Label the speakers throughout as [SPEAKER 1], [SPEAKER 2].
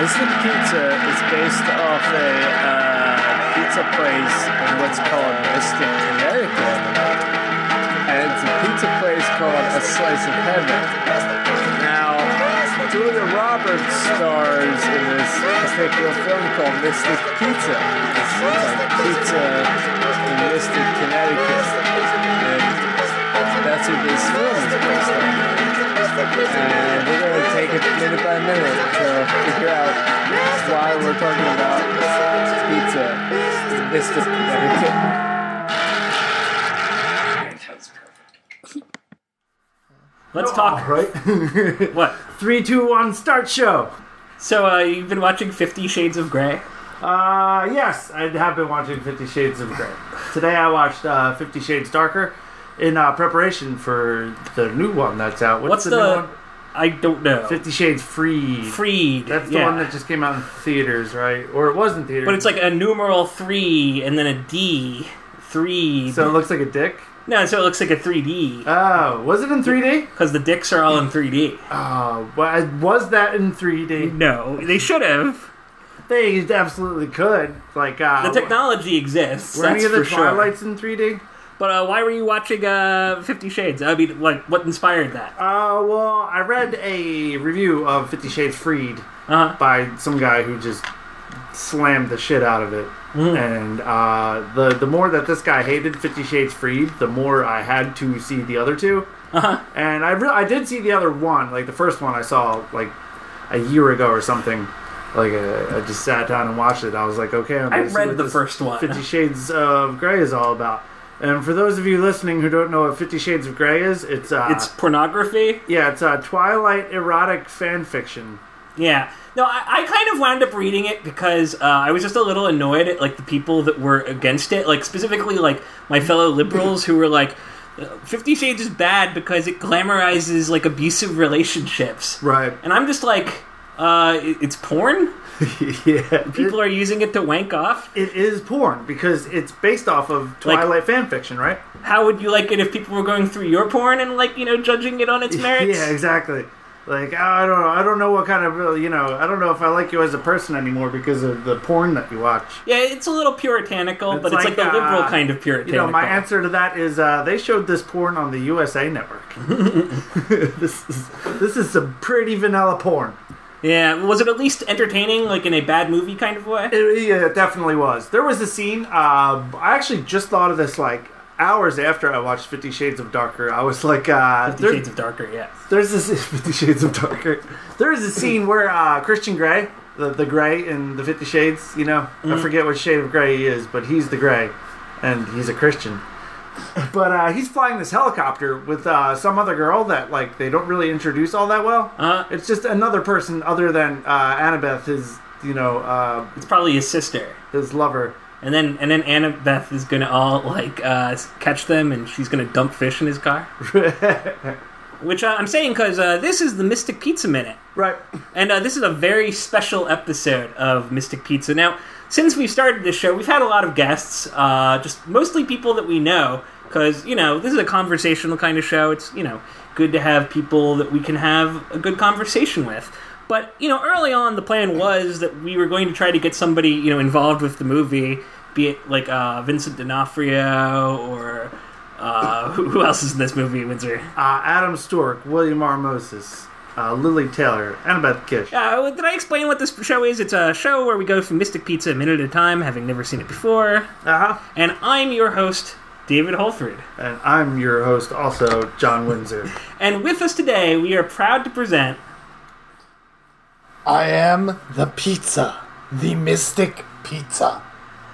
[SPEAKER 1] Mystic Pizza is based off a uh, pizza place in what's called Mystic, Connecticut. And it's a pizza place called A Slice of Heaven. Now, Julia Roberts stars in this particular film called Mystic Pizza. It's like pizza in Mystic, Connecticut. And that's what this film is based on. And we're going to take it minute by minute to figure out why we're talking about pizza in Mystic, Connecticut.
[SPEAKER 2] Let's talk.
[SPEAKER 3] Right?
[SPEAKER 2] What?
[SPEAKER 3] Three, two, one, start show.
[SPEAKER 2] So uh, you've been watching Fifty Shades of Grey.
[SPEAKER 3] Uh, yes, I have been watching Fifty Shades of Grey. Today I watched uh, Fifty Shades Darker in uh, preparation for the new one that's out. What's,
[SPEAKER 2] What's
[SPEAKER 3] the,
[SPEAKER 2] the?
[SPEAKER 3] new one?
[SPEAKER 2] I don't know.
[SPEAKER 3] Fifty Shades Free.
[SPEAKER 2] Freed.
[SPEAKER 3] That's the
[SPEAKER 2] yeah.
[SPEAKER 3] one that just came out in theaters, right? Or it was in theaters.
[SPEAKER 2] But it's like a numeral three and then a D. Three.
[SPEAKER 3] so it looks like a dick.
[SPEAKER 2] no, so it looks like a 3D
[SPEAKER 3] Oh, was it in 3D?
[SPEAKER 2] because the dicks are all in 3D.
[SPEAKER 3] Oh, well, was that in 3D?
[SPEAKER 2] No, they should have.
[SPEAKER 3] They absolutely could. Like uh,
[SPEAKER 2] The technology exists.
[SPEAKER 3] Were any
[SPEAKER 2] That's
[SPEAKER 3] of the
[SPEAKER 2] for sure.
[SPEAKER 3] Twilights in 3D?
[SPEAKER 2] But uh, why were you watching uh, Fifty Shades? I mean, like, what inspired that?
[SPEAKER 3] Uh, well, I read a review of Fifty Shades Freed
[SPEAKER 2] Uh-huh.
[SPEAKER 3] by some guy who just slammed the shit out of it.
[SPEAKER 2] Mm.
[SPEAKER 3] And uh, the the more that this guy hated Fifty Shades Freed, the more I had to see the other 2
[SPEAKER 2] Uh-huh.
[SPEAKER 3] And I re- I did see the other one, like the first one I saw like a year ago or something. Like uh, I just sat down and watched it. I was like, okay, I'm
[SPEAKER 2] I
[SPEAKER 3] gonna see
[SPEAKER 2] read
[SPEAKER 3] what
[SPEAKER 2] the
[SPEAKER 3] this
[SPEAKER 2] first one.
[SPEAKER 3] Fifty Shades of Grey is all about. And for those of you listening who don't know what Fifty Shades of Grey is, it's uh,
[SPEAKER 2] It's pornography.
[SPEAKER 3] yeah, it's uh, Twilight erotic fan fiction.
[SPEAKER 2] Yeah. No, I, I kind of wound up reading it because uh, I was just a little annoyed at like the people that were against it, like specifically like my fellow liberals who were like, "Uh, Fifty Shades is bad because it glamorizes like abusive relationships,
[SPEAKER 3] Right.
[SPEAKER 2] and I'm just like, uh, it- it's porn.
[SPEAKER 3] yeah.
[SPEAKER 2] People are using it to wank off.
[SPEAKER 3] It is porn because it's based off of
[SPEAKER 2] Like-
[SPEAKER 3] Twilight fan fiction, right?
[SPEAKER 2] How would you like it if people were going through your porn and like you know judging it on its merits?
[SPEAKER 3] Yeah, exactly. Like I don't know, I don't know what kind of uh, you know, I don't know if I like you as a person anymore because of the porn that you watch.
[SPEAKER 2] Yeah, it's a little puritanical,
[SPEAKER 3] It's
[SPEAKER 2] but it's like,
[SPEAKER 3] like,
[SPEAKER 2] the liberal
[SPEAKER 3] uh,
[SPEAKER 2] kind of
[SPEAKER 3] You
[SPEAKER 2] puritanical.
[SPEAKER 3] know, my answer to that is uh, they showed this porn on the USA Network. this is this is some pretty vanilla porn.
[SPEAKER 2] yeah, was it at least entertaining, like in a bad movie kind of way?
[SPEAKER 3] It, yeah, it definitely was. There was a scene. Uh, I actually just thought of this like hours after I watched Fifty Shades of Darker. I was like, uh,
[SPEAKER 2] Fifty
[SPEAKER 3] there-
[SPEAKER 2] Shades of Darker, yeah.
[SPEAKER 3] there's this Fifty Shades of Darker. There is a scene where uh, Christian Grey, the, the Grey in the Fifty Shades, you know,
[SPEAKER 2] Mm-hmm.
[SPEAKER 3] I forget what shade of Grey he is, but he's the Grey, and he's a Christian. But uh, he's flying this helicopter with uh, some other girl that like they don't really introduce all that well.
[SPEAKER 2] Uh,
[SPEAKER 3] It's just another person other than uh, Annabeth, his you know uh,
[SPEAKER 2] it's probably his sister.
[SPEAKER 3] his lover.
[SPEAKER 2] And then and then Annabeth is gonna all like uh, s- catch them, and she's gonna dump fish in his car. Which uh, I'm saying because uh, this is the Mystic Pizza Minute,
[SPEAKER 3] Right.
[SPEAKER 2] and uh, this is a very special episode of Mystic Pizza. Now, since we've started this show, we've had a lot of guests, uh, just mostly people that we know, because you know this is a conversational kind of show. It's you know good to have people that we can have a good conversation with. But you know, early on, the plan was that we were going to try to get somebody you know involved with the movie, be it like uh, Vincent D'Onofrio or uh, who who else is in this movie, Windsor?
[SPEAKER 3] Uh, Adam Stork, William R. Moses, uh, Lily Taylor, Annabeth Kish.
[SPEAKER 2] Uh, did I explain what this show is? It's a show where we go from Mystic Pizza a minute at a time, having never seen it before.
[SPEAKER 3] Uh-huh.
[SPEAKER 2] And I'm your host, David Holford.
[SPEAKER 3] And I'm your host, also John Windsor.
[SPEAKER 2] And with us today, we are proud to present.
[SPEAKER 4] I am the pizza, the mystic pizza,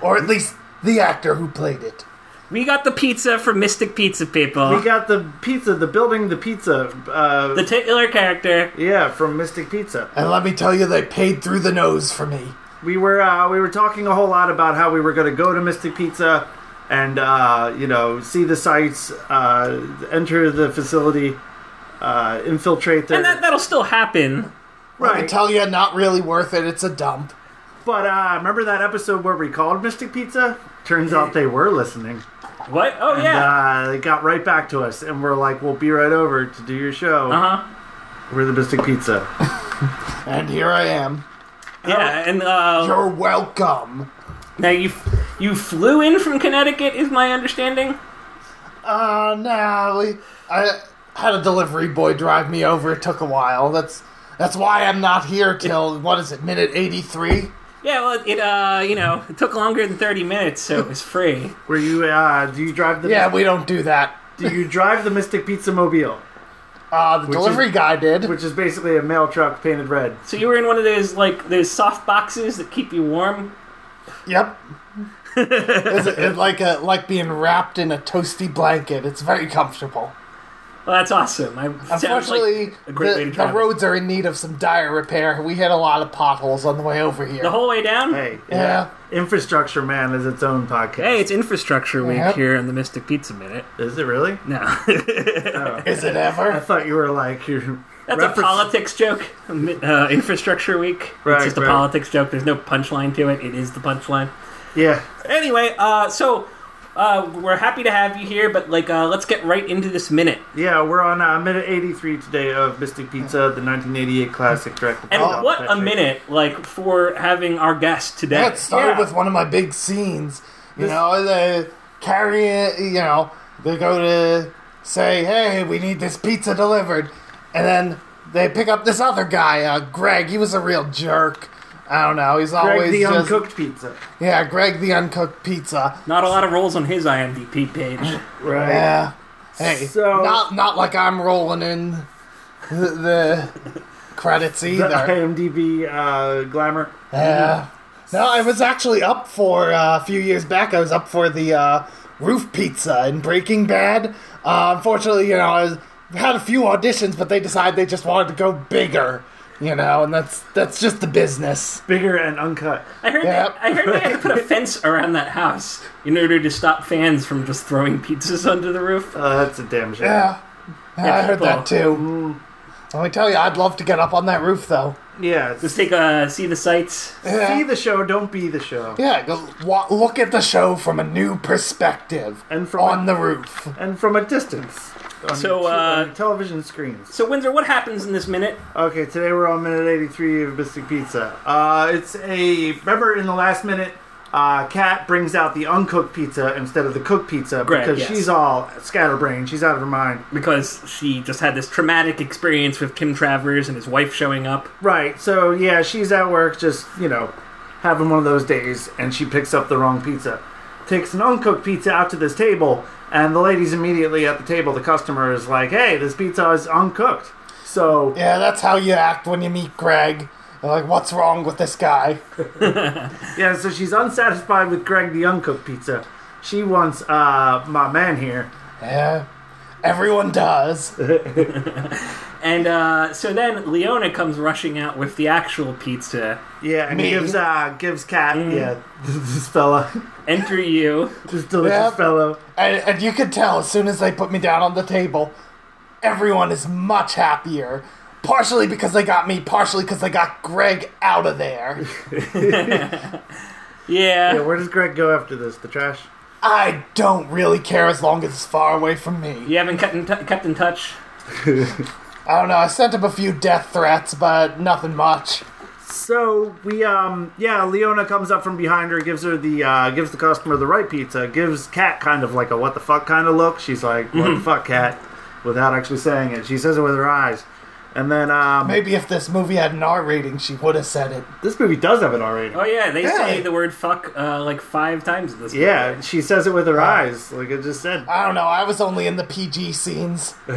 [SPEAKER 4] or at least the actor who played it.
[SPEAKER 2] We got the pizza from Mystic Pizza, people.
[SPEAKER 3] we got the pizza, the building, the pizza. Uh,
[SPEAKER 2] the titular character.
[SPEAKER 3] yeah, from Mystic Pizza.
[SPEAKER 4] And let me tell you, they paid through the nose for me.
[SPEAKER 3] We were uh, we were talking a whole lot about how we were going to go to Mystic Pizza and uh, you know see the sights, uh, enter the facility, uh, infiltrate their
[SPEAKER 2] And that, that'll still happen.
[SPEAKER 4] Let me
[SPEAKER 3] right.
[SPEAKER 4] tell you, not really worth it. It's a dump.
[SPEAKER 3] but uh, remember that episode where we called Mystic Pizza? Turns out they were listening.
[SPEAKER 2] What? Oh, yeah.
[SPEAKER 3] Uh, they got right back to us, and we're like, "We'll be right over to
[SPEAKER 2] Uh-huh.
[SPEAKER 3] do your show."
[SPEAKER 2] Uh huh.
[SPEAKER 3] We're the Mystic Pizza.
[SPEAKER 4] And here I am.
[SPEAKER 3] oh.
[SPEAKER 2] Yeah, and uh,
[SPEAKER 4] You're welcome.
[SPEAKER 2] now you f- you flew in from Connecticut, is my understanding.
[SPEAKER 4] Uh, nah, we, I had a delivery boy drive me over. It took a while. That's that's why I'm not here till what is it, minute eighty three?
[SPEAKER 2] Yeah, well, it uh, you know, it took longer than thirty minutes, so it was free.
[SPEAKER 3] Were you? Uh, do you drive the?
[SPEAKER 4] Yeah, we don't do that.
[SPEAKER 3] Do you drive the Mystic Pizza Mobile,
[SPEAKER 4] Uh, the delivery guy did.
[SPEAKER 3] which is basically a mail truck painted red?
[SPEAKER 2] So you were in one of those like those soft boxes that keep you warm.
[SPEAKER 4] yep. it's, it's like a like being wrapped in a toasty blanket. It's very comfortable.
[SPEAKER 2] Well, that's awesome. I, sounds like
[SPEAKER 4] Unfortunately,
[SPEAKER 2] a great way
[SPEAKER 4] the,
[SPEAKER 2] to
[SPEAKER 4] the
[SPEAKER 2] travel.
[SPEAKER 4] roads are in need of some dire repair. We hit a lot of potholes on the way over here.
[SPEAKER 2] The whole way down.
[SPEAKER 3] Hey,
[SPEAKER 4] Yeah.
[SPEAKER 3] Infrastructure Man is its own podcast.
[SPEAKER 2] Hey, it's infrastructure week
[SPEAKER 4] Yep.
[SPEAKER 2] here on the Mystic Pizza Minute.
[SPEAKER 3] is it really?
[SPEAKER 2] No,
[SPEAKER 4] is it
[SPEAKER 3] I
[SPEAKER 4] ever?
[SPEAKER 3] thought you were like you.
[SPEAKER 2] that's a politics joke. Uh, infrastructure week.
[SPEAKER 3] Right,
[SPEAKER 2] it's just
[SPEAKER 3] right.
[SPEAKER 2] a politics joke. There's no punchline to it. It is the punchline.
[SPEAKER 3] Yeah.
[SPEAKER 2] Anyway, uh, so uh, we're happy to have you here, but like, uh, let's get right into this minute.
[SPEAKER 3] Yeah, we're on uh, minute 83 today of Mystic Pizza, the 1988 classic directed by
[SPEAKER 2] And
[SPEAKER 3] Don
[SPEAKER 2] what a
[SPEAKER 3] Patrick.
[SPEAKER 2] minute, like, for having our guest today.
[SPEAKER 4] Yeah, it started
[SPEAKER 3] Yeah.
[SPEAKER 4] with one of my big scenes. You know, they carry it, you know, they go to say, hey, we need this pizza delivered. And then they pick up this other guy, uh, Greg. He was a real jerk. I don't know. He's always
[SPEAKER 3] Greg the
[SPEAKER 4] just,
[SPEAKER 3] Uncooked Pizza.
[SPEAKER 4] Yeah, Greg the uncooked pizza.
[SPEAKER 2] Not a lot of roles on his IMDb page.
[SPEAKER 3] Right.
[SPEAKER 4] Yeah. Hey,
[SPEAKER 3] So-
[SPEAKER 4] not not like I'm rolling in the, the credits
[SPEAKER 3] The
[SPEAKER 4] either.
[SPEAKER 3] IMDb uh, glamour.
[SPEAKER 4] Yeah. No, I was actually up for uh, a few years back. I was up for the uh, roof pizza in Breaking Bad. Uh, unfortunately, you know, I was, had a few auditions, but they decided they just wanted to go bigger. You know, and that's that's just the business.
[SPEAKER 3] Bigger and uncut.
[SPEAKER 2] I heard,
[SPEAKER 4] Yep.
[SPEAKER 2] they, I heard they had to put a fence around that house in order to stop fans from just throwing pizzas under the roof.
[SPEAKER 3] Uh, that's a damn shame.
[SPEAKER 4] Yeah, I heard that
[SPEAKER 2] people.
[SPEAKER 4] too. Let me tell you, I'd love to get up on that roof though.
[SPEAKER 3] Yeah, it's-
[SPEAKER 2] Let's take a see the sights.
[SPEAKER 3] see
[SPEAKER 4] Yeah,
[SPEAKER 3] the show, don't be the show.
[SPEAKER 4] yeah go, wa- look at the show from a new perspective
[SPEAKER 3] And from
[SPEAKER 4] on the
[SPEAKER 3] a-
[SPEAKER 4] roof.
[SPEAKER 3] And from a distance. On
[SPEAKER 2] So,
[SPEAKER 3] your te-
[SPEAKER 2] uh,
[SPEAKER 3] on your television screens.
[SPEAKER 2] So, Windsor, what happens in this minute?
[SPEAKER 3] Okay, today we're on minute 83 of Mystic Pizza. Uh, it's a. Remember in the last minute, uh, Kat brings out the uncooked pizza instead of the cooked pizza
[SPEAKER 2] Greg,
[SPEAKER 3] because
[SPEAKER 2] yes.
[SPEAKER 3] she's all scatterbrained. She's out of her mind.
[SPEAKER 2] Because she just had this traumatic experience with Kim Travers and his wife showing up.
[SPEAKER 3] Right, so yeah, she's at work just, you know, having one of those days and she picks up the wrong pizza. Takes an uncooked pizza out to this table, and the lady's immediately at the table. The customer is like, hey, this pizza is uncooked. So,
[SPEAKER 4] Yeah, that's how you act when you meet Greg. You're like, what's wrong with this guy?
[SPEAKER 3] Yeah, so she's unsatisfied with Greg the Uncooked Pizza. She wants uh, my man here.
[SPEAKER 4] Yeah, everyone does.
[SPEAKER 2] And uh, so then Leona comes rushing out with the actual pizza.
[SPEAKER 3] Yeah, and
[SPEAKER 4] Me? Mm.
[SPEAKER 3] gives uh, gives Cat yeah this fella,
[SPEAKER 2] Enter you.
[SPEAKER 3] this delicious
[SPEAKER 4] Yep.
[SPEAKER 3] fellow.
[SPEAKER 4] And, and you could tell as soon as they put me down on the table, everyone is much happier. Partially because they got me, partially because they got Greg out of there.
[SPEAKER 2] Yeah.
[SPEAKER 3] Yeah, where does Greg go after this? The trash.
[SPEAKER 4] I don't really care as long as it's far away from me.
[SPEAKER 2] You haven't kept in, t- kept in touch.
[SPEAKER 4] I don't know, I sent him a few death threats, but nothing much.
[SPEAKER 3] So we um yeah, Leona comes up from behind her, gives her the uh, gives the customer the right pizza, gives Cat kind of like a what the fuck kind of look. She's like what the fuck, Cat, without actually saying it. She says it with her eyes, and then um
[SPEAKER 4] Maybe if this movie had an R rating, she would have said it.
[SPEAKER 3] this movie does have an R rating.
[SPEAKER 2] Oh, yeah, they say
[SPEAKER 4] Yeah.
[SPEAKER 2] the word fuck uh, like five times in this
[SPEAKER 3] Yeah, she says it with her eyes, like I just said.
[SPEAKER 4] I don't know, I was only in the PG scenes.
[SPEAKER 3] You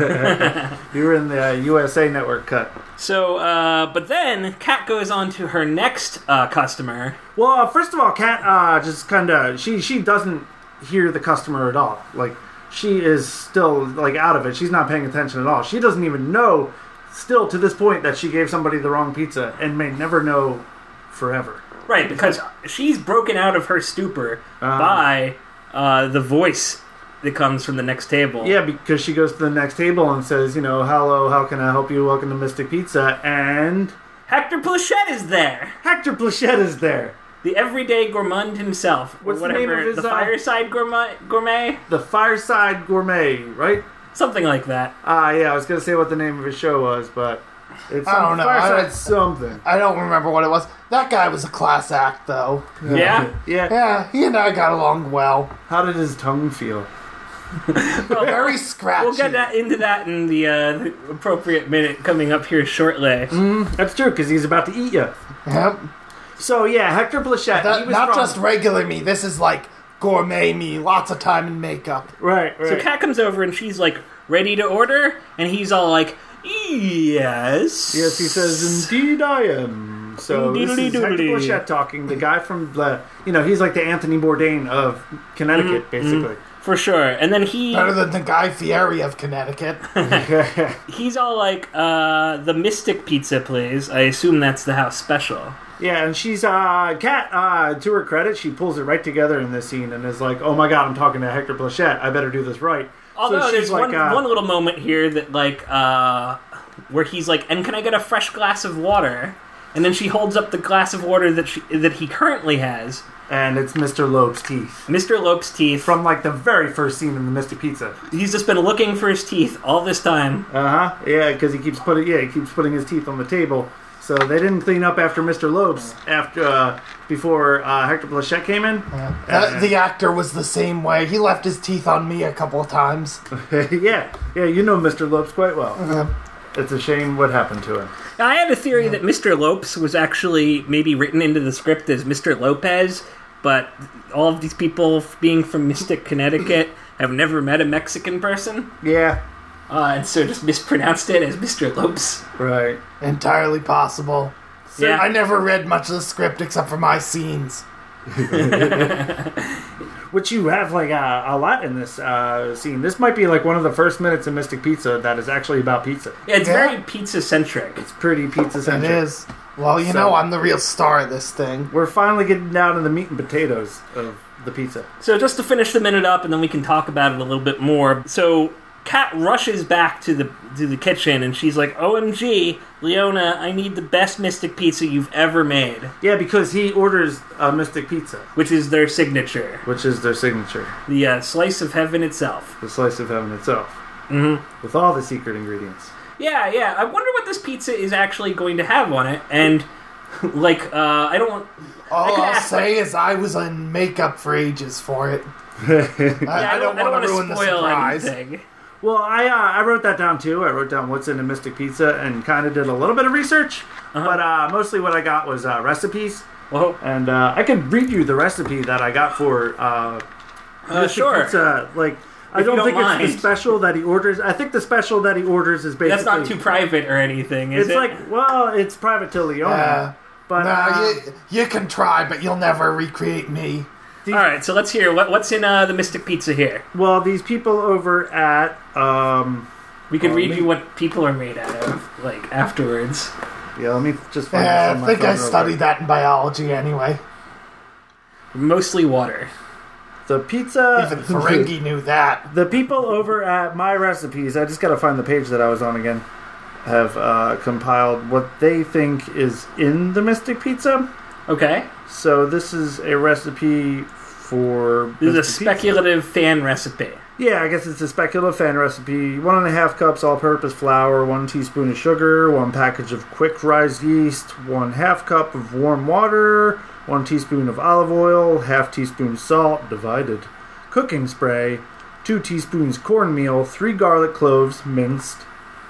[SPEAKER 3] were in the uh, USA Network cut.
[SPEAKER 2] So, uh, but then Kat goes on to her next uh, customer.
[SPEAKER 3] Well, uh, first of all, Kat uh, just kind of she she doesn't hear the customer at all. Like she is still like out of it. She's not paying attention at all. She doesn't even know still to this point that she gave somebody the wrong pizza and may never know forever.
[SPEAKER 2] Right, because she's broken out of her stupor
[SPEAKER 3] Uh-huh.
[SPEAKER 2] by uh, the voice that comes from the next table.
[SPEAKER 3] Yeah, because she goes to the next table and says, you know, hello, how can I help you? Welcome to Mystic Pizza. And
[SPEAKER 2] Hector Plachette is there,
[SPEAKER 3] Hector Plachette is there,
[SPEAKER 2] the everyday gourmand himself. or
[SPEAKER 3] What's the name
[SPEAKER 2] whatever,
[SPEAKER 3] of his, uh,
[SPEAKER 2] fireside gourmet, gourmet,
[SPEAKER 3] the Fireside Gourmet, right?
[SPEAKER 2] something like that.
[SPEAKER 3] Ah, yeah, I was gonna say what the name of his show was, but It's
[SPEAKER 4] I don't know. I
[SPEAKER 3] Fireside
[SPEAKER 4] don't-
[SPEAKER 3] something.
[SPEAKER 4] I don't remember what it was. That guy was a class act, though.
[SPEAKER 2] Yeah.
[SPEAKER 3] Yeah.
[SPEAKER 4] Yeah, he and I got along well.
[SPEAKER 3] How did his tongue feel?
[SPEAKER 4] Very scratchy.
[SPEAKER 2] We'll get that into that in the, uh, the appropriate minute coming up here shortly.
[SPEAKER 3] That's true, because he's about to eat you.
[SPEAKER 4] Yep.
[SPEAKER 3] So yeah, Hector Blachette.
[SPEAKER 4] That-
[SPEAKER 3] he was
[SPEAKER 4] not
[SPEAKER 3] from-
[SPEAKER 4] just regular me. This is like gourmet me. Lots of time and makeup.
[SPEAKER 3] right. Right.
[SPEAKER 2] So Kat comes over and she's like ready to order, and he's all like, "Yes."
[SPEAKER 3] Yes, he says, "Indeed, I am." So this is Hector
[SPEAKER 2] Indeedly-doodly.
[SPEAKER 3] Blachette talking. The guy from the, you know, he's like the Anthony Bourdain of Connecticut,
[SPEAKER 2] Mm-hmm.
[SPEAKER 3] basically.
[SPEAKER 2] for sure. And then he
[SPEAKER 4] Better than the Guy Fieri of Connecticut.
[SPEAKER 2] he's all like, uh, "The Mystic Pizza, please." I assume that's the house special.
[SPEAKER 3] yeah, and she's uh, Kat. Uh, to her credit, she pulls it right together in this scene and is like, "Oh my God, I'm talking to Hector Blachette. I better do this right."
[SPEAKER 2] Although
[SPEAKER 3] so
[SPEAKER 2] there's
[SPEAKER 3] she's like,
[SPEAKER 2] one,
[SPEAKER 3] uh,
[SPEAKER 2] one little moment here that like uh, where he's like, "And can I get a fresh glass of water?" And then she holds up the glass of water that she that he currently has,
[SPEAKER 3] and it's Mr. Loeb's teeth
[SPEAKER 2] Mr. Lope's teeth.
[SPEAKER 3] from like the very first scene in the Mystic Pizza.
[SPEAKER 2] he's just been looking for his teeth all this time.
[SPEAKER 3] Uh huh. Yeah, because he keeps putting yeah he keeps putting his teeth on the table. So they didn't clean up after Mr. Loeb's after uh, before uh, Hector Blachette came in.
[SPEAKER 4] Uh-huh. That- the actor was the same way. He left his teeth on me a couple of times.
[SPEAKER 3] yeah, yeah, you know Mr. Lopes quite well.
[SPEAKER 4] Uh-huh.
[SPEAKER 3] It's a shame what happened to him.
[SPEAKER 2] Now, I had a theory that Mr. Lopes was actually maybe written into the script as Mr. Lopez, but all of these people f- being from Mystic, Connecticut, have never met a Mexican person,
[SPEAKER 3] Yeah,
[SPEAKER 2] uh, and so just mispronounced it as Mr. Lopes.
[SPEAKER 3] right.
[SPEAKER 4] Entirely possible.
[SPEAKER 2] yeah,
[SPEAKER 4] I never read much of the script except for my scenes.
[SPEAKER 3] Which you have like a, a lot in this uh, scene. This might be like one of the first minutes of Mystic Pizza that is actually about pizza.
[SPEAKER 2] Yeah, it's
[SPEAKER 4] Yeah.
[SPEAKER 2] very pizza centric.
[SPEAKER 3] It's pretty pizza
[SPEAKER 4] It
[SPEAKER 3] centric.
[SPEAKER 4] is. Well, you
[SPEAKER 3] So-
[SPEAKER 4] know, I'm the real star of this thing.
[SPEAKER 3] We're finally getting down to the meat and potatoes of the pizza.
[SPEAKER 2] So just to finish the minute up, and then we can talk about it a little bit more. So Kat rushes back to the to the kitchen, and she's like, "OMG, Leona, I need the best Mystic Pizza you've ever made."
[SPEAKER 3] Yeah, because he orders a Mystic Pizza,
[SPEAKER 2] which is their signature,
[SPEAKER 3] which is their signature,
[SPEAKER 2] the uh, slice of heaven itself.
[SPEAKER 3] the slice of heaven itself, mm-hmm. with all the secret ingredients.
[SPEAKER 2] Yeah, yeah. I wonder what this pizza is actually going to have on it, and like, uh, I don't. want... I
[SPEAKER 4] All
[SPEAKER 2] could
[SPEAKER 4] I'll
[SPEAKER 2] ask,
[SPEAKER 4] say is I was in makeup for ages for it. I,
[SPEAKER 2] Yeah,
[SPEAKER 4] I don't, want
[SPEAKER 2] wanna
[SPEAKER 4] to ruin the
[SPEAKER 2] spoil
[SPEAKER 4] surprise.
[SPEAKER 2] anything.
[SPEAKER 3] Well, I uh, I wrote that down too. I wrote down what's in a Mystic Pizza and kind of did a little bit of research,
[SPEAKER 2] Uh-huh.
[SPEAKER 3] but uh, mostly what I got was uh, recipes.
[SPEAKER 2] Well,
[SPEAKER 3] And uh, I can read you the recipe that I got for uh,
[SPEAKER 2] uh, sure.
[SPEAKER 3] Pizza. Like, I
[SPEAKER 2] If you
[SPEAKER 3] don't,
[SPEAKER 2] don't
[SPEAKER 3] think it's
[SPEAKER 2] mind.
[SPEAKER 3] the special that he orders. I think the special that he orders is basically
[SPEAKER 2] That's not too private or anything, is
[SPEAKER 3] It's
[SPEAKER 2] it?
[SPEAKER 3] like well, it's private to Leona,
[SPEAKER 4] Yeah.
[SPEAKER 3] but
[SPEAKER 2] Um,
[SPEAKER 4] Nah,
[SPEAKER 3] uh,
[SPEAKER 4] you, you can try, but you'll never recreate me.
[SPEAKER 2] all right. So let's hear what, what's in uh, the Mystic Pizza here.
[SPEAKER 3] well, these people over at um,
[SPEAKER 2] We could
[SPEAKER 3] Oh,
[SPEAKER 2] read
[SPEAKER 3] me-
[SPEAKER 2] you what people are made out of, like afterwards.
[SPEAKER 3] Oh, yeah, let me just find this
[SPEAKER 4] Yeah,
[SPEAKER 3] on
[SPEAKER 4] I
[SPEAKER 3] my
[SPEAKER 4] think
[SPEAKER 3] phone
[SPEAKER 4] I
[SPEAKER 3] real quick.
[SPEAKER 4] studied that in biology anyway.
[SPEAKER 2] Mostly water.
[SPEAKER 3] the
[SPEAKER 2] Uh,
[SPEAKER 3] pizza
[SPEAKER 4] Even Ferengi knew that.
[SPEAKER 3] The people over at My Recipes, I just gotta find the page that I was on again, have uh, compiled what they think is in the Mystic Pizza.
[SPEAKER 2] Okay.
[SPEAKER 3] So this is a recipe for.
[SPEAKER 2] This is a
[SPEAKER 3] Mystic Pizza.
[SPEAKER 2] speculative fan recipe.
[SPEAKER 3] Yeah, I guess it's a speculative fan recipe. One and a half cups all purpose flour, one teaspoon of sugar, one package of quick rise yeast, one half cup of warm water, one teaspoon of olive oil, half teaspoon salt, divided, cooking spray, two teaspoons cornmeal, three garlic cloves, minced,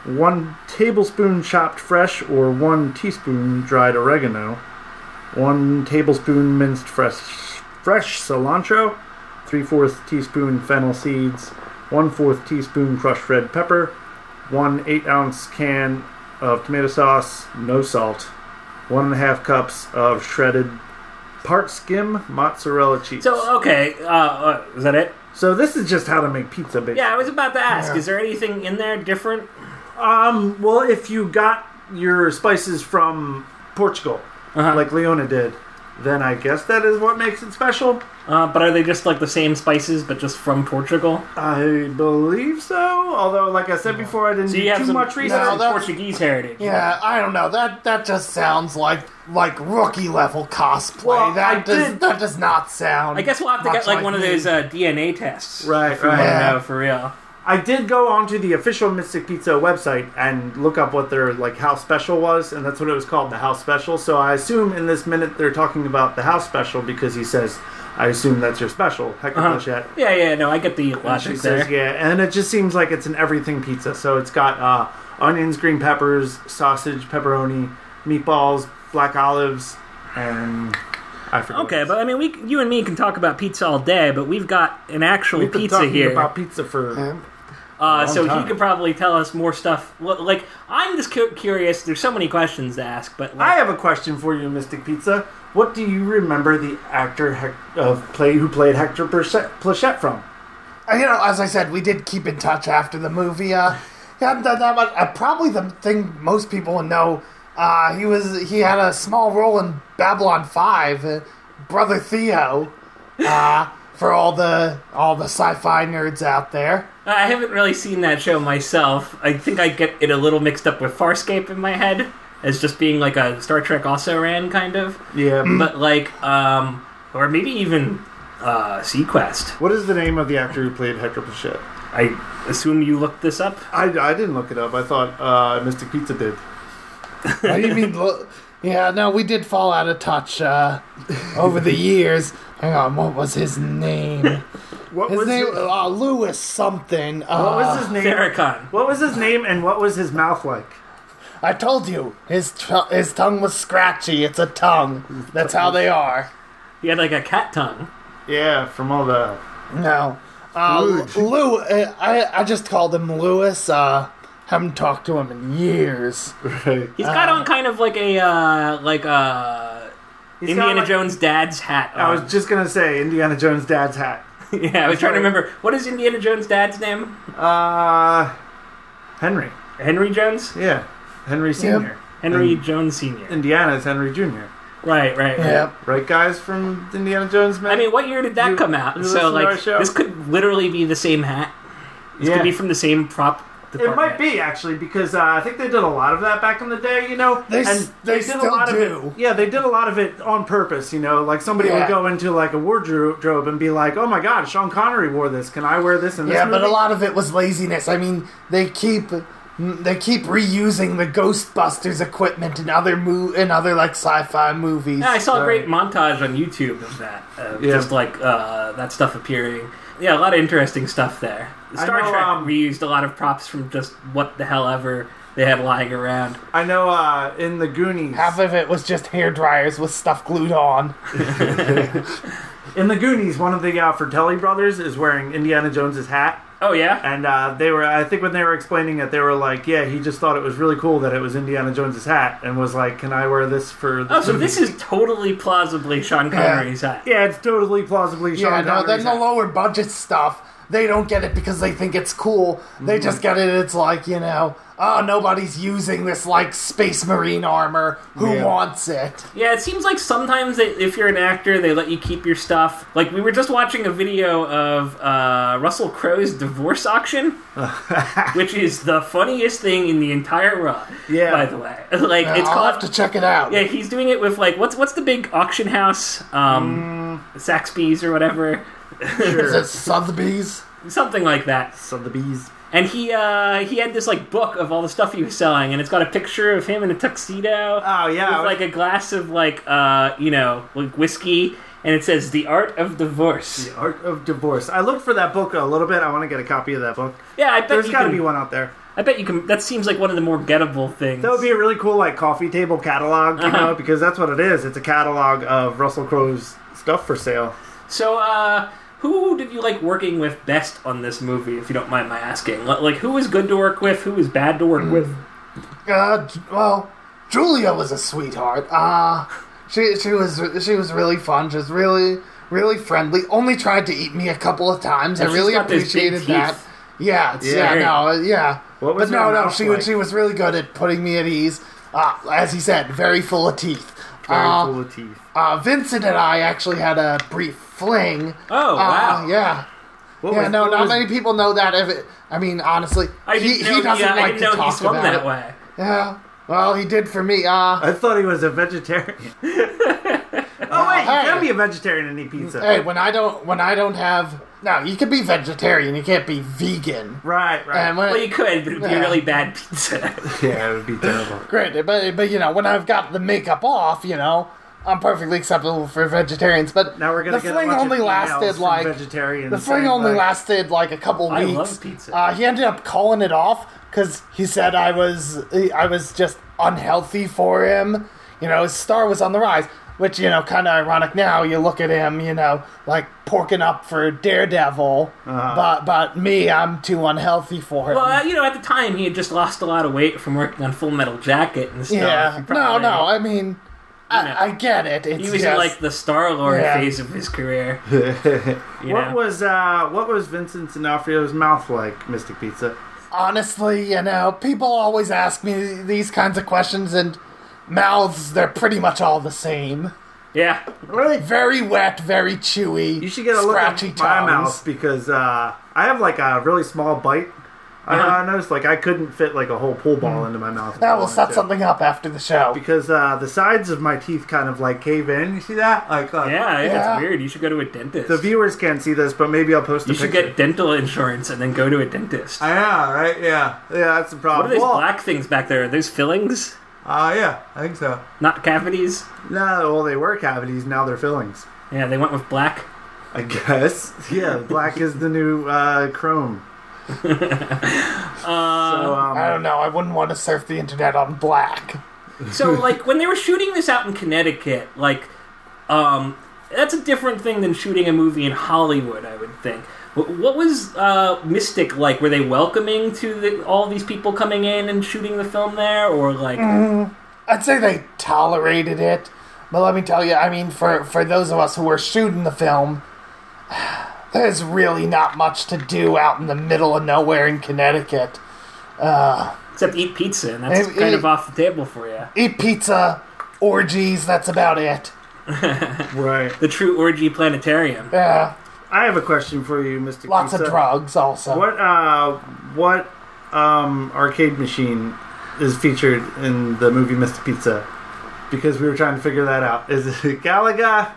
[SPEAKER 3] one tablespoon chopped fresh or one teaspoon dried oregano, one tablespoon minced fresh, fresh cilantro three fourths teaspoon fennel seeds, one fourth teaspoon crushed red pepper, one eight ounce can of tomato sauce, no salt, one and a half cups of shredded part skim mozzarella cheese. So,
[SPEAKER 2] So okay, uh, uh, is that it?
[SPEAKER 3] this is just how to make pizza, basically.
[SPEAKER 2] Yeah, I was about to ask.
[SPEAKER 4] Yeah.
[SPEAKER 2] Is there anything in there different?
[SPEAKER 3] Um, well, if you got your spices from Portugal, like Leona did, then I guess that is what makes it special.
[SPEAKER 2] Uh, but are they just like the same spices, but just from Portugal?
[SPEAKER 3] I believe so. Although, like I said before, I didn't
[SPEAKER 2] So
[SPEAKER 3] do
[SPEAKER 2] you have
[SPEAKER 3] too
[SPEAKER 2] some
[SPEAKER 3] much research.
[SPEAKER 4] No, that's-
[SPEAKER 2] Portuguese heritage.
[SPEAKER 4] Yeah, I don't know. That that just sounds like like rookie level cosplay.
[SPEAKER 3] Well,
[SPEAKER 4] that
[SPEAKER 3] I
[SPEAKER 4] does
[SPEAKER 3] did-
[SPEAKER 4] that does not sound.
[SPEAKER 2] I guess we'll have to
[SPEAKER 4] much
[SPEAKER 2] get like one of uh,
[SPEAKER 4] me.
[SPEAKER 2] those uh, DNA tests.
[SPEAKER 3] Right,
[SPEAKER 2] I
[SPEAKER 3] right.
[SPEAKER 2] don't
[SPEAKER 4] Yeah.
[SPEAKER 2] know for real.
[SPEAKER 3] I did go onto the official Mystic Pizza website and look up what their like house special was, and that's what it was called, the house special. So I assume in this minute they're talking about the house special because he says, "I assume that's your special." Heck of bullshit.
[SPEAKER 2] Yeah, yeah, no, I get the
[SPEAKER 3] And she
[SPEAKER 2] logic
[SPEAKER 3] says,
[SPEAKER 2] there.
[SPEAKER 3] "Yeah," and it just seems like it's an everything pizza. So it's got uh, onions, green peppers, sausage, pepperoni, meatballs, black olives, and I forget. what
[SPEAKER 2] Okay,
[SPEAKER 3] else.
[SPEAKER 2] but I mean, we, you and me can talk about pizza all day, but we've got an actual
[SPEAKER 3] we've been
[SPEAKER 2] pizza
[SPEAKER 3] talking
[SPEAKER 2] here.
[SPEAKER 3] about pizza for.
[SPEAKER 2] Uh, so
[SPEAKER 3] time.
[SPEAKER 2] he could probably tell us more stuff. Well, Like I'm just cu- curious. There's so many questions to ask, but
[SPEAKER 3] I
[SPEAKER 2] like,
[SPEAKER 3] have a question for you, Mystic Pizza. What do you remember the actor Hec- of play who played Hector Plachet Plachet from?
[SPEAKER 4] Uh, you know, as I said, we did keep in touch after the movie. Uh, he hadn't done that much. Uh, probably the thing most people would know. Uh, he was he had a small role in Babylon Five, uh, Brother Theo, uh, for all the all the sci-fi nerds out there.
[SPEAKER 2] I haven't really seen that show myself. I think I get it a little mixed up with Farscape in my head as just being like a Star Trek also ran kind of,
[SPEAKER 3] Yeah.
[SPEAKER 2] but like, um, or maybe even uh, Sequest.
[SPEAKER 3] What is the name of the actor who played Hector Plachet?
[SPEAKER 2] I assume you looked this up.
[SPEAKER 3] I, I didn't look it up. I thought uh, Mystic Pizza did.
[SPEAKER 4] What do Oh, you mean? lo- Yeah, no, we did fall out of touch uh, over the years. Hang on, what was his name?
[SPEAKER 3] What
[SPEAKER 4] His
[SPEAKER 3] was
[SPEAKER 4] name
[SPEAKER 3] His,
[SPEAKER 4] uh, Lewis something. Uh,
[SPEAKER 3] what was his name?
[SPEAKER 2] Farrakhan.
[SPEAKER 3] What was his name and what was his mouth like?
[SPEAKER 4] I told you, his t- his tongue was scratchy. It's a tongue. That's how they are.
[SPEAKER 2] He had like a cat tongue.
[SPEAKER 3] Yeah, from all the
[SPEAKER 4] No, uh,
[SPEAKER 3] Food.
[SPEAKER 4] Lou. Uh, I I just called him Lewis. Uh, haven't talked to him in years.
[SPEAKER 3] right.
[SPEAKER 2] He's got on kind of like a uh, like a
[SPEAKER 3] He's got,
[SPEAKER 2] Indiana
[SPEAKER 3] like-
[SPEAKER 2] Jones dad's hat.
[SPEAKER 3] I
[SPEAKER 2] on.
[SPEAKER 3] was just gonna say Indiana Jones' dad's hat.
[SPEAKER 2] Yeah, I was trying to
[SPEAKER 3] Sorry.
[SPEAKER 2] remember what is Indiana Jones' dad's name?
[SPEAKER 3] Uh, Henry.
[SPEAKER 2] Henry Jones,
[SPEAKER 3] Yeah, Henry Senior.
[SPEAKER 2] Henry
[SPEAKER 3] Um,
[SPEAKER 2] Jones Senior.
[SPEAKER 3] Indiana is Henry Junior.
[SPEAKER 2] Right, right, right.
[SPEAKER 4] Yep.
[SPEAKER 3] Right, guys from Indiana Jones. Man?
[SPEAKER 2] I mean, what year did that
[SPEAKER 3] You-
[SPEAKER 2] come out?
[SPEAKER 3] you
[SPEAKER 2] So
[SPEAKER 3] listen to our
[SPEAKER 2] like,
[SPEAKER 3] show?
[SPEAKER 2] this could literally be the same hat. This
[SPEAKER 3] Yeah.
[SPEAKER 2] could be from the same prop.
[SPEAKER 3] It
[SPEAKER 2] Department.
[SPEAKER 3] might be actually because uh, I think they did a lot of that back in the day. You know,
[SPEAKER 4] They s- they still
[SPEAKER 3] of
[SPEAKER 4] do.
[SPEAKER 3] it. Yeah, they did a lot of it on purpose. You know, like somebody
[SPEAKER 4] Yeah.
[SPEAKER 3] would go into like a wardrobe and be like, "Oh my God, Sean Connery wore this. Can I wear this?" In this
[SPEAKER 4] Yeah, but a
[SPEAKER 3] movie?"
[SPEAKER 4] lot of it was laziness. I mean, they keep they keep reusing the Ghostbusters equipment in other mo- in other like sci-fi movies.
[SPEAKER 2] Yeah, I saw a great
[SPEAKER 3] Right.
[SPEAKER 2] montage on YouTube of that, of
[SPEAKER 3] Yeah.
[SPEAKER 2] just like uh, that stuff appearing. Yeah, a lot of interesting stuff there.
[SPEAKER 3] I
[SPEAKER 2] Star
[SPEAKER 3] know,
[SPEAKER 2] Trek
[SPEAKER 3] um,
[SPEAKER 2] reused a lot of props from just what the hell ever they had lying around.
[SPEAKER 3] I know uh, in the Goonies.
[SPEAKER 4] Half of it was just hair dryers with stuff glued on.
[SPEAKER 3] in the Goonies, one of the uh, Fratelli brothers is wearing Indiana Jones's hat.
[SPEAKER 2] Oh yeah,
[SPEAKER 3] And uh, they were, I think, when they were explaining it, they were like, "Yeah, he just thought it was really cool that it was Indiana Jones's hat," and was like, "Can I wear this for?" This
[SPEAKER 2] oh so
[SPEAKER 3] movie?"
[SPEAKER 2] this is totally plausibly Sean Connery's hat.
[SPEAKER 3] yeah, it's totally plausibly Sean
[SPEAKER 4] Yeah, no,
[SPEAKER 3] Connery's
[SPEAKER 4] then the
[SPEAKER 3] hat.
[SPEAKER 4] lower budget stuff, they don't get it because they think it's cool. They just get it, it's like, you know, oh, nobody's using this, like, space marine armor. Who
[SPEAKER 3] Yeah.
[SPEAKER 4] wants it?
[SPEAKER 2] Yeah, it seems like sometimes they, if you're an actor, they let you keep your stuff. Like we were just watching a video of uh, Russell Crowe's divorce auction, which is the funniest thing in the entire raw.
[SPEAKER 3] Yeah.
[SPEAKER 2] by the way, like
[SPEAKER 4] It's
[SPEAKER 2] it's
[SPEAKER 4] I'll have
[SPEAKER 2] called.
[SPEAKER 4] to check it out.
[SPEAKER 2] yeah, he's doing it with like what's what's the big auction house, um,
[SPEAKER 4] Mm.
[SPEAKER 2] Saxby's or whatever,
[SPEAKER 4] Is it Sotheby's?
[SPEAKER 2] something like that.
[SPEAKER 3] So the bees.
[SPEAKER 2] And he uh, he had this like book of all the stuff he was selling, and it's got a picture of him in a tuxedo.
[SPEAKER 4] Ah,
[SPEAKER 3] Oh yeah,
[SPEAKER 2] with like a glass of like uh you know like whiskey and it says the art of divorce
[SPEAKER 3] The Art of Divorce. I looked for that book a little bit. I want to get a copy of that book.
[SPEAKER 2] yeah i bet
[SPEAKER 3] There's
[SPEAKER 2] you
[SPEAKER 3] got to
[SPEAKER 2] can,
[SPEAKER 3] be one out there.
[SPEAKER 2] i bet you can that seems like one of the more gettable things
[SPEAKER 3] That would be a really cool like coffee table catalog, you know, because that's what it is. It's a catalog of Russell Crowe's stuff for sale.
[SPEAKER 2] so uh who did you like working with best on this movie if you don't mind my asking Li- like who was good to work with who was bad to work
[SPEAKER 4] Mm.
[SPEAKER 2] with
[SPEAKER 4] Uh, J- well, Julia was a sweetheart. Uh, she, she was she was really fun, just really, really friendly. Only tried to eat me a couple of times.
[SPEAKER 2] And
[SPEAKER 4] I
[SPEAKER 2] she's
[SPEAKER 4] really
[SPEAKER 2] got those big
[SPEAKER 4] appreciated that.
[SPEAKER 2] teeth.
[SPEAKER 4] Yeah, it's-
[SPEAKER 3] Yeah.
[SPEAKER 4] yeah, no, uh, yeah.
[SPEAKER 3] What was
[SPEAKER 4] but no,
[SPEAKER 3] her
[SPEAKER 4] no,
[SPEAKER 3] mouth
[SPEAKER 4] she
[SPEAKER 3] like?
[SPEAKER 4] was she was really good at putting me at ease. Uh, as he said, very full of teeth.
[SPEAKER 3] Very
[SPEAKER 4] uh,
[SPEAKER 3] full of teeth.
[SPEAKER 4] uh, Vincent and I actually had a brief fling.
[SPEAKER 2] oh
[SPEAKER 4] Uh,
[SPEAKER 2] wow
[SPEAKER 4] Yeah.
[SPEAKER 3] What
[SPEAKER 4] yeah,
[SPEAKER 3] was-
[SPEAKER 4] no,
[SPEAKER 3] what
[SPEAKER 4] not
[SPEAKER 3] was-
[SPEAKER 4] many people know that. If it, I mean, honestly,
[SPEAKER 2] I
[SPEAKER 4] he,
[SPEAKER 2] didn't know
[SPEAKER 4] he doesn't
[SPEAKER 2] uh, I
[SPEAKER 4] like
[SPEAKER 2] didn't
[SPEAKER 4] to
[SPEAKER 2] know he
[SPEAKER 4] talk
[SPEAKER 2] swung
[SPEAKER 4] about
[SPEAKER 2] that
[SPEAKER 4] it.
[SPEAKER 2] way.
[SPEAKER 4] Yeah. Well, he did for me. Uh,
[SPEAKER 3] I thought he was a vegetarian. Oh wait, you
[SPEAKER 4] hey.
[SPEAKER 3] can be a vegetarian and eat pizza.
[SPEAKER 4] Hey, when I don't when I don't have no, you can be vegetarian. You can't be vegan.
[SPEAKER 3] Right, right.
[SPEAKER 4] And when,
[SPEAKER 2] Well, you could, but it would be
[SPEAKER 4] Yeah.
[SPEAKER 2] really bad pizza.
[SPEAKER 3] yeah, it would be terrible.
[SPEAKER 4] Granted, but but you know when I've got the makeup off, you know I'm perfectly acceptable for vegetarians. But
[SPEAKER 3] Now we're gonna
[SPEAKER 4] the
[SPEAKER 3] get
[SPEAKER 4] fling
[SPEAKER 3] a bunch
[SPEAKER 4] only
[SPEAKER 3] of emails
[SPEAKER 4] lasted
[SPEAKER 3] from
[SPEAKER 4] like
[SPEAKER 3] vegetarians.
[SPEAKER 4] the fling
[SPEAKER 3] saying,
[SPEAKER 4] only
[SPEAKER 3] like,
[SPEAKER 4] lasted like a couple
[SPEAKER 2] I
[SPEAKER 4] weeks.
[SPEAKER 2] love pizza.
[SPEAKER 4] Uh, he ended up calling it off because he said I was I was just unhealthy for him. You know, his star was on the rise, which you know kind of ironic now. You look at him, you know, like porking up for Daredevil, but but me, I'm too unhealthy for him.
[SPEAKER 2] Uh-huh. Well, you know, at the time, he had just lost a lot of weight from working on Full Metal Jacket and stuff.
[SPEAKER 4] yeah,
[SPEAKER 2] He
[SPEAKER 4] no,
[SPEAKER 2] probably-
[SPEAKER 4] no, I mean.
[SPEAKER 2] know.
[SPEAKER 4] I, I get it. It's
[SPEAKER 2] He was in
[SPEAKER 4] just-
[SPEAKER 2] like the Star Lord
[SPEAKER 4] Yeah.
[SPEAKER 2] phase of his career. You
[SPEAKER 3] What
[SPEAKER 2] know?
[SPEAKER 3] was uh, what was Vincent D'Onofrio's mouth like, Mystic Pizza?
[SPEAKER 4] honestly, you know, people always ask me these kinds of questions, and mouths, they're pretty much all the same.
[SPEAKER 2] Yeah,
[SPEAKER 3] Really?
[SPEAKER 4] Very wet, very chewy.
[SPEAKER 3] You should get a look at
[SPEAKER 4] scratchy
[SPEAKER 3] my
[SPEAKER 4] tongues.
[SPEAKER 3] mouth because uh, I have like a really small bite. I,
[SPEAKER 2] Uh-huh.
[SPEAKER 3] I noticed like I couldn't fit like a whole pool ball into my mouth. if I
[SPEAKER 4] Mm. That will
[SPEAKER 3] wanted
[SPEAKER 4] set
[SPEAKER 3] to.
[SPEAKER 4] something up after the show.
[SPEAKER 3] because uh, the sides of my teeth kind of like cave in. You see that? Like, uh,
[SPEAKER 2] yeah, yeah,
[SPEAKER 4] Yeah.
[SPEAKER 2] it's weird. You should go to a dentist.
[SPEAKER 3] The viewers can't see this, but maybe I'll post a
[SPEAKER 2] you should
[SPEAKER 3] picture.
[SPEAKER 2] get dental insurance and then go to a dentist.
[SPEAKER 5] I yeah, right? Yeah.
[SPEAKER 3] yeah, that's the
[SPEAKER 2] what are
[SPEAKER 3] problem.
[SPEAKER 2] those
[SPEAKER 3] Well,
[SPEAKER 2] black things back there? Are those fillings?
[SPEAKER 5] Uh, yeah, I think so.
[SPEAKER 2] Not cavities?
[SPEAKER 3] No, well, they were cavities. Now they're fillings.
[SPEAKER 2] Yeah, they went with black.
[SPEAKER 3] I guess. Yeah, black is the new uh, chrome.
[SPEAKER 2] Uh,
[SPEAKER 3] so, um,
[SPEAKER 4] I don't know. I wouldn't want to surf the internet on black.
[SPEAKER 2] So, like, when they were shooting this out in Connecticut, like, um, that's a different thing than shooting a movie in Hollywood, I would think. Wh- What was uh, Mystic like? Were they welcoming to the, all these people coming in and shooting the film there, or like,
[SPEAKER 4] I'd say they tolerated it, but let me tell you, I mean, for for those of us who were shooting the film, there's really not much to do out in the middle of nowhere in Connecticut.
[SPEAKER 2] except eat pizza, and that's
[SPEAKER 4] It- it-
[SPEAKER 2] kind of off the table for you.
[SPEAKER 4] Eat pizza, orgies. That's about it.
[SPEAKER 3] right.
[SPEAKER 2] The true orgy planetarium.
[SPEAKER 4] Yeah,
[SPEAKER 3] I have a question for you, Mr.
[SPEAKER 4] Uh, lots of
[SPEAKER 3] Pizza.
[SPEAKER 4] drugs also.
[SPEAKER 3] What, uh, what um, arcade machine is featured in the movie Mr. Pizza? Because we were trying to figure that out. Is it Galaga?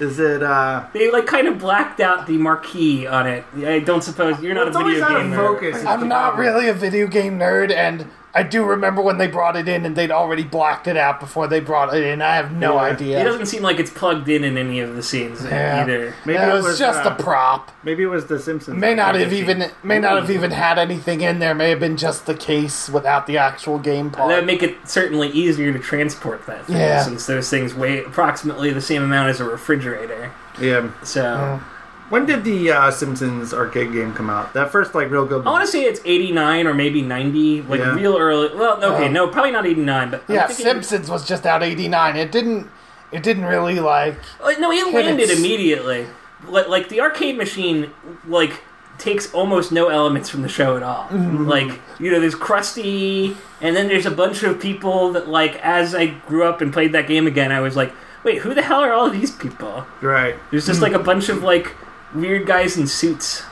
[SPEAKER 3] Is it, uh...
[SPEAKER 2] They like kind of blacked out the marquee on it. I don't suppose you're not
[SPEAKER 3] Well, it's
[SPEAKER 2] a
[SPEAKER 3] always
[SPEAKER 2] video
[SPEAKER 3] out of
[SPEAKER 2] game nerd.
[SPEAKER 3] focus. is the
[SPEAKER 4] I'm not
[SPEAKER 3] problem.
[SPEAKER 4] really a video game nerd, and I do remember when they brought it in, and they'd already blacked it out before they brought it in. I have no
[SPEAKER 3] Yeah.
[SPEAKER 2] It
[SPEAKER 4] idea.
[SPEAKER 2] doesn't seem like it's plugged in in any of the scenes
[SPEAKER 4] Yeah.
[SPEAKER 2] either.
[SPEAKER 3] Maybe
[SPEAKER 4] it
[SPEAKER 3] it
[SPEAKER 4] was,
[SPEAKER 3] was,
[SPEAKER 4] just
[SPEAKER 3] uh,
[SPEAKER 4] a prop.
[SPEAKER 3] Maybe it was The Simpsons.
[SPEAKER 4] May not have
[SPEAKER 3] machine.
[SPEAKER 4] even may not have even had anything in there. May have been just the case without the actual game
[SPEAKER 2] That would
[SPEAKER 4] part.
[SPEAKER 2] make it certainly easier to transport that thing,
[SPEAKER 4] Yeah.
[SPEAKER 2] since those things weigh approximately the same amount as a refrigerator.
[SPEAKER 3] Yeah.
[SPEAKER 2] So
[SPEAKER 3] When did the uh, Simpsons arcade game come out? That first, like, real good
[SPEAKER 2] I
[SPEAKER 3] one.
[SPEAKER 2] want to say it's eighty nine or maybe ninety, like
[SPEAKER 3] Yeah.
[SPEAKER 2] real early. Well, okay,
[SPEAKER 4] Oh.
[SPEAKER 2] no, probably not eighty nine, but I'm
[SPEAKER 4] Yeah,
[SPEAKER 2] thinking-
[SPEAKER 4] Simpsons was just out eighty nine. It didn't. It didn't really like.
[SPEAKER 2] Uh, No, it landed
[SPEAKER 4] it's-
[SPEAKER 2] immediately. Like, like the arcade machine, like takes almost no elements from the show at all.
[SPEAKER 4] Mm-hmm.
[SPEAKER 2] Like you know, there's Krusty, and then there's a bunch of people that like. As I grew up and played that game again, I was like, wait, who the hell are all these people?
[SPEAKER 3] Right.
[SPEAKER 2] There's
[SPEAKER 4] Mm.
[SPEAKER 2] just like a bunch of like weird guys in suits.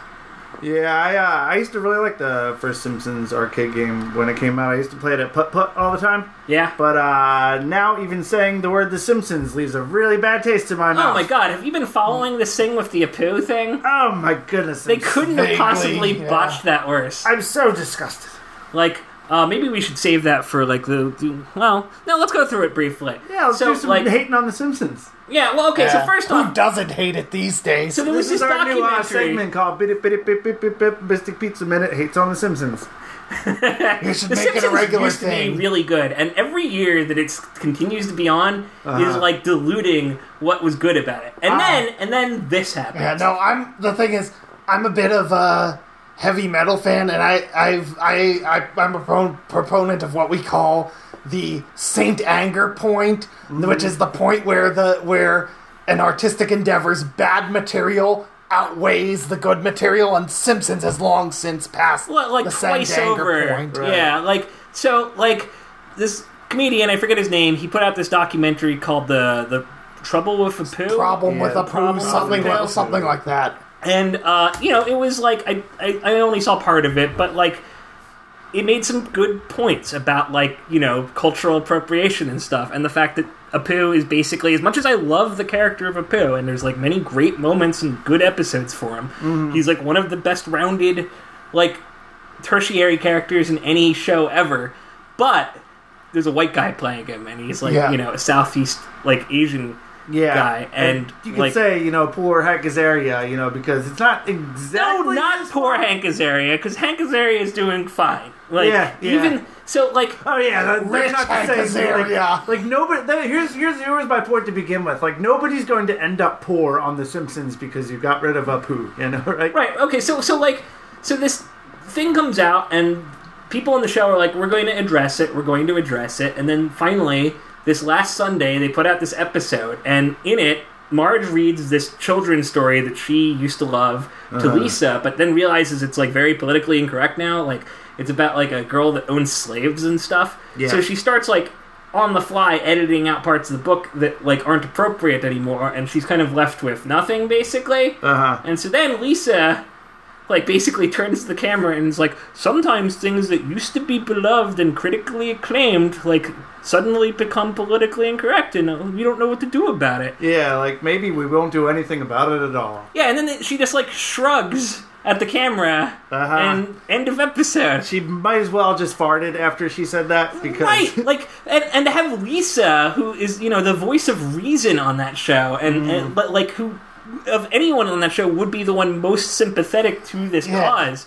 [SPEAKER 3] Yeah, I, uh, I used to really like the first Simpsons arcade game when it came out. I used to play it at Putt Putt all the time.
[SPEAKER 2] Yeah.
[SPEAKER 3] But uh, now, even saying the word The Simpsons leaves a really bad taste in my
[SPEAKER 2] Oh
[SPEAKER 3] mouth.
[SPEAKER 2] my god, have you been following this thing with the Apu thing?
[SPEAKER 3] Oh my goodness.
[SPEAKER 2] They
[SPEAKER 3] I'm,
[SPEAKER 2] couldn't
[SPEAKER 4] Vaguely,
[SPEAKER 2] have possibly
[SPEAKER 4] yeah.
[SPEAKER 2] botched that worse.
[SPEAKER 3] I'm so disgusted.
[SPEAKER 2] Like, uh, maybe we should save that for like the, the- well. No, let's go through it briefly.
[SPEAKER 3] Yeah, let's
[SPEAKER 2] so,
[SPEAKER 3] do some
[SPEAKER 2] like,
[SPEAKER 3] hating on The Simpsons.
[SPEAKER 2] yeah. Well, okay.
[SPEAKER 4] uh,
[SPEAKER 2] so first
[SPEAKER 4] who
[SPEAKER 2] off,
[SPEAKER 4] doesn't hate it these days?
[SPEAKER 2] so there was
[SPEAKER 3] This
[SPEAKER 2] this
[SPEAKER 3] is our new uh,
[SPEAKER 2] documentary.
[SPEAKER 3] segment called Bit It Bit It Bit Bit Bit Bit Mystic Pizza Minute Hates on The Simpsons.
[SPEAKER 4] You should
[SPEAKER 2] The
[SPEAKER 4] make it a
[SPEAKER 2] Simpsons
[SPEAKER 4] regular
[SPEAKER 2] used to be
[SPEAKER 4] thing.
[SPEAKER 2] really good, and every year that it continues to be on is like diluting what was good about it. And then, and then this happened.
[SPEAKER 4] Yeah, no, I'm the thing is, I'm a bit of a heavy metal fan, and I, I've, I, I, I'm a pro- proponent of what we call the Saint Anger point, which is the point where the where an artistic endeavor's bad material outweighs the good material, and Simpsons has long since passed
[SPEAKER 2] Well, like
[SPEAKER 4] the
[SPEAKER 2] twice
[SPEAKER 4] Saint
[SPEAKER 2] over.
[SPEAKER 4] Anger point.
[SPEAKER 2] Yeah, like so, like this comedian, I forget his name. He put out this documentary called the the Trouble with Apu.
[SPEAKER 4] Problem with
[SPEAKER 3] Yeah,
[SPEAKER 4] a
[SPEAKER 3] problem
[SPEAKER 4] poo, something,
[SPEAKER 2] with a
[SPEAKER 4] like-
[SPEAKER 2] poo.
[SPEAKER 4] something like that.
[SPEAKER 2] and uh, you know it was like I, I I only saw part of it, but like it made some good points about like you know cultural appropriation and stuff, and the fact that Apu is basically as much as I love the character of Apu, and there's like many great moments and good episodes for him. He's like one of the best rounded like tertiary characters in any show ever, but there's a white guy playing him, and he's like
[SPEAKER 4] Yeah.
[SPEAKER 2] you know a southeast like Asian
[SPEAKER 3] yeah.
[SPEAKER 2] guy, and,
[SPEAKER 3] you could
[SPEAKER 2] like.
[SPEAKER 3] say, you know, poor Hank Azaria, you know, because it's not
[SPEAKER 2] No,
[SPEAKER 3] exactly.
[SPEAKER 2] not poor Hank Azaria, because Hank Azaria is doing fine. Like,
[SPEAKER 3] Yeah, yeah.
[SPEAKER 2] even so, like
[SPEAKER 3] Oh yeah, that- they're
[SPEAKER 4] Rich
[SPEAKER 3] not the
[SPEAKER 4] Hank
[SPEAKER 3] same.
[SPEAKER 4] Azaria.
[SPEAKER 3] Like, like nobody. That, here's here's here's my point to begin with. Like nobody's going to end up poor on The Simpsons because you got rid of Apu. You know, right?
[SPEAKER 2] Right. Okay. So so like so this thing comes out and people on the show are like, we're going to address it. We're going to address it. And then finally, this last Sunday, they put out this episode, and in it, Marge reads this children's story that she used to love to Lisa, but then realizes it's like very politically incorrect now. Like it's about like a girl that owns slaves and stuff.
[SPEAKER 5] Yeah.
[SPEAKER 2] So she starts like on the fly editing out parts of the book that like aren't appropriate anymore and she's kind of left with nothing basically
[SPEAKER 3] Uh huh.
[SPEAKER 2] and so then Lisa, like, basically turns to the camera and is like, sometimes things that used to be beloved and critically acclaimed, like, suddenly become politically incorrect and uh, you don't know what to do about it.
[SPEAKER 3] Yeah, like maybe we won't do anything about it at all.
[SPEAKER 2] Yeah, and then it- she just, like, shrugs at the camera
[SPEAKER 3] Uh-huh.
[SPEAKER 2] and end of episode.
[SPEAKER 3] She might as well just farted after she said that because
[SPEAKER 2] Right, like, and, and to have Lisa, who is you know the voice of reason on that show, and, and but like who of anyone on that show would be the one most sympathetic to this
[SPEAKER 4] Yeah.
[SPEAKER 2] cause.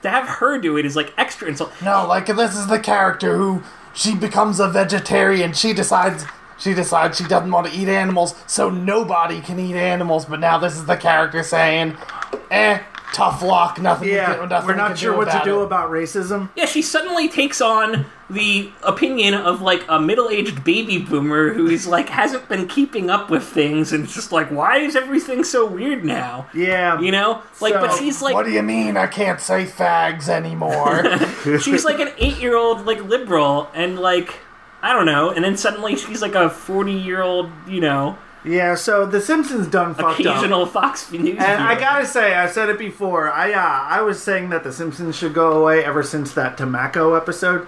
[SPEAKER 2] To have her do it is like extra insult.
[SPEAKER 4] No, like this is the character who she becomes a vegetarian. She decides she decides she doesn't want to eat animals, so nobody can eat animals. But now this is the character saying, "Eh, tough luck. Nothing. we
[SPEAKER 3] yeah,
[SPEAKER 4] can- nothing
[SPEAKER 3] we're
[SPEAKER 4] we
[SPEAKER 3] not
[SPEAKER 4] can
[SPEAKER 3] sure what to
[SPEAKER 4] about
[SPEAKER 3] do
[SPEAKER 4] it."
[SPEAKER 3] about racism.
[SPEAKER 2] Yeah, she suddenly takes on the opinion of like a middle-aged baby boomer who is like hasn't been keeping up with things and is just like, why is everything so weird now?
[SPEAKER 3] Yeah,
[SPEAKER 2] You know, like, but
[SPEAKER 3] So,
[SPEAKER 2] she's like,
[SPEAKER 4] What do you mean I can't say fags anymore?
[SPEAKER 2] she's like an eight-year-old like liberal and like i don't know and then suddenly she's like a 40-year-old you know
[SPEAKER 3] Yeah, so The Simpsons done fucked up.
[SPEAKER 2] occasional fox news
[SPEAKER 3] And I
[SPEAKER 2] viewer.
[SPEAKER 3] gotta say, I said it before. I uh, I was saying that The Simpsons should go away ever since that tobacco episode,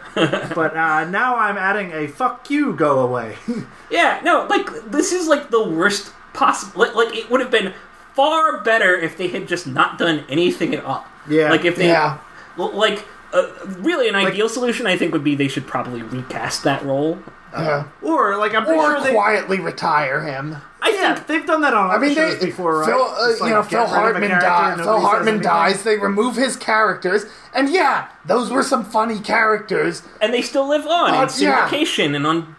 [SPEAKER 3] but uh, now I'm adding a "fuck you" go away.
[SPEAKER 2] yeah no like this is like the worst possible like, like it would have been far better if they had just not done anything at all
[SPEAKER 3] Yeah.
[SPEAKER 2] like if they
[SPEAKER 4] yeah,
[SPEAKER 2] l- like uh, really an ideal solution i think would be they should probably recast that role
[SPEAKER 4] yeah.
[SPEAKER 3] or like I'm pretty
[SPEAKER 4] or
[SPEAKER 3] sure they
[SPEAKER 4] quietly retire him.
[SPEAKER 2] i
[SPEAKER 3] yeah
[SPEAKER 2] think
[SPEAKER 3] they've done that on
[SPEAKER 4] I mean, they
[SPEAKER 3] shows before, right?
[SPEAKER 4] Phil, uh,
[SPEAKER 3] Just, like,
[SPEAKER 4] you know,
[SPEAKER 3] get
[SPEAKER 4] Phil
[SPEAKER 3] rid of a
[SPEAKER 4] Hartman
[SPEAKER 3] character
[SPEAKER 4] dies.
[SPEAKER 3] and
[SPEAKER 4] Phil
[SPEAKER 3] nobody says
[SPEAKER 4] Hartman
[SPEAKER 3] anything.
[SPEAKER 4] dies. They remove his characters, and yeah, those were some funny characters.
[SPEAKER 2] and they still live on
[SPEAKER 4] Uh,
[SPEAKER 2] in
[SPEAKER 4] yeah.
[SPEAKER 2] syndication and on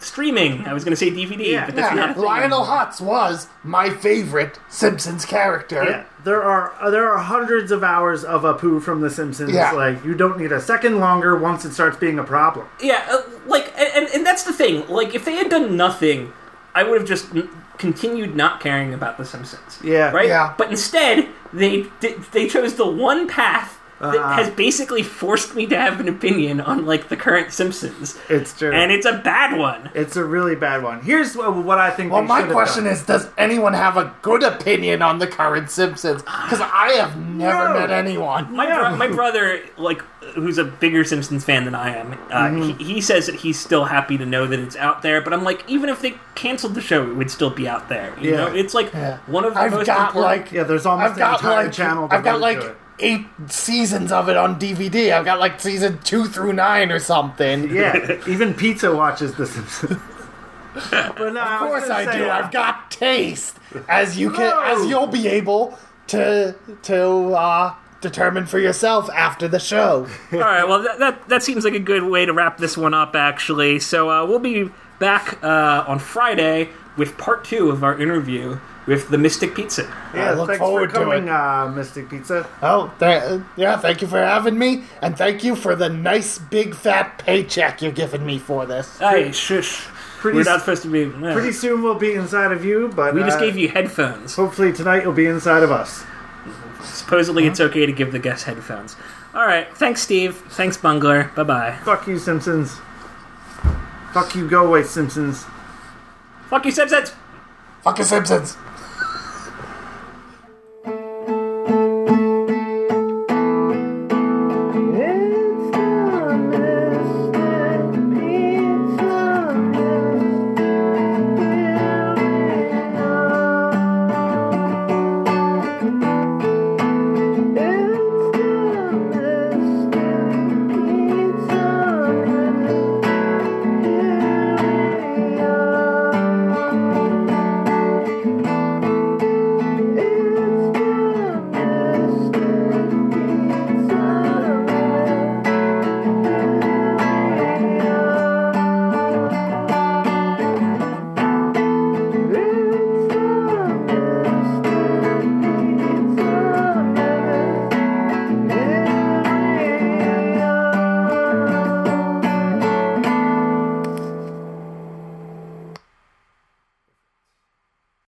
[SPEAKER 2] streaming i was going to say dvd
[SPEAKER 3] Yeah.
[SPEAKER 2] but that's
[SPEAKER 4] Yeah,
[SPEAKER 2] not a thing
[SPEAKER 4] Lionel
[SPEAKER 2] anymore.
[SPEAKER 4] Hutz was my favorite Simpsons character.
[SPEAKER 3] Yeah, there are uh, there are hundreds of hours of a poo from The Simpsons.
[SPEAKER 4] Yeah.
[SPEAKER 3] Like you don't need a second longer once it starts being a problem.
[SPEAKER 2] yeah uh, like and, and- and that's the thing like if they had done nothing i would have just n- continued not caring about the simpsons
[SPEAKER 3] Yeah.
[SPEAKER 2] right
[SPEAKER 4] Yeah.
[SPEAKER 2] but instead they di- they chose the one path that
[SPEAKER 3] Uh-huh.
[SPEAKER 2] has basically forced me to have an opinion on like the current simpsons
[SPEAKER 3] It's true.
[SPEAKER 2] and it's a bad one
[SPEAKER 3] It's a really bad one. Here's what, what I think.
[SPEAKER 4] Well,
[SPEAKER 3] they
[SPEAKER 4] my
[SPEAKER 3] should have
[SPEAKER 4] question
[SPEAKER 3] done.
[SPEAKER 4] is, does anyone have a good opinion on the current Simpsons? Because I have never
[SPEAKER 3] No.
[SPEAKER 4] met anyone.
[SPEAKER 2] my,
[SPEAKER 3] Yeah.
[SPEAKER 2] bro- my brother like who's a bigger simpsons fan than i am uh,
[SPEAKER 3] Mm-hmm.
[SPEAKER 2] he, he says that he's still happy to know that it's out there but i'm like even if they canceled the show it would still be out there you
[SPEAKER 3] Yeah.
[SPEAKER 2] know it's like
[SPEAKER 4] Yeah.
[SPEAKER 2] one of the
[SPEAKER 4] I've
[SPEAKER 2] most
[SPEAKER 4] got
[SPEAKER 2] important
[SPEAKER 4] like
[SPEAKER 3] Yeah, there's almost
[SPEAKER 4] I've
[SPEAKER 3] an
[SPEAKER 4] got
[SPEAKER 3] entire
[SPEAKER 4] like
[SPEAKER 3] channel
[SPEAKER 4] I've got
[SPEAKER 3] devoted
[SPEAKER 4] like
[SPEAKER 3] to it.
[SPEAKER 4] eight seasons of it on DVD. I've got like season two through nine or something.
[SPEAKER 3] Yeah, even pizza watches The Simpsons. but no,
[SPEAKER 4] Of course I
[SPEAKER 3] uh,
[SPEAKER 4] do. I've got taste, as you can,
[SPEAKER 3] No.
[SPEAKER 4] as you'll be able to to uh, determine for yourself after the show.
[SPEAKER 2] All right. Well, that, that that seems like a good way to wrap this one up, actually. So uh, we'll be back uh, on Friday with part two of our interview with the Mystic Pizza.
[SPEAKER 3] Yeah,
[SPEAKER 4] I look
[SPEAKER 3] thanks
[SPEAKER 4] forward
[SPEAKER 3] for
[SPEAKER 4] to it.
[SPEAKER 3] coming, uh, Mystic Pizza.
[SPEAKER 4] Oh, th- yeah. Thank you for having me, and thank you for the nice big fat paycheck you're giving me for this.
[SPEAKER 2] Hey, shush.
[SPEAKER 3] Pretty
[SPEAKER 2] We're
[SPEAKER 3] s-
[SPEAKER 2] not supposed to be. yeah.
[SPEAKER 3] Pretty soon we'll be inside of you, but
[SPEAKER 2] we just
[SPEAKER 3] uh,
[SPEAKER 2] gave you headphones.
[SPEAKER 3] Hopefully tonight you'll be inside of us.
[SPEAKER 2] Supposedly, it's okay to give the guest headphones. All right. Thanks, Steve. Thanks, Bungler. Bye bye.
[SPEAKER 3] Fuck you, Simpsons. Fuck you, go away, Simpsons.
[SPEAKER 2] Fuck you, Simpsons.
[SPEAKER 4] Fuck the Simpsons.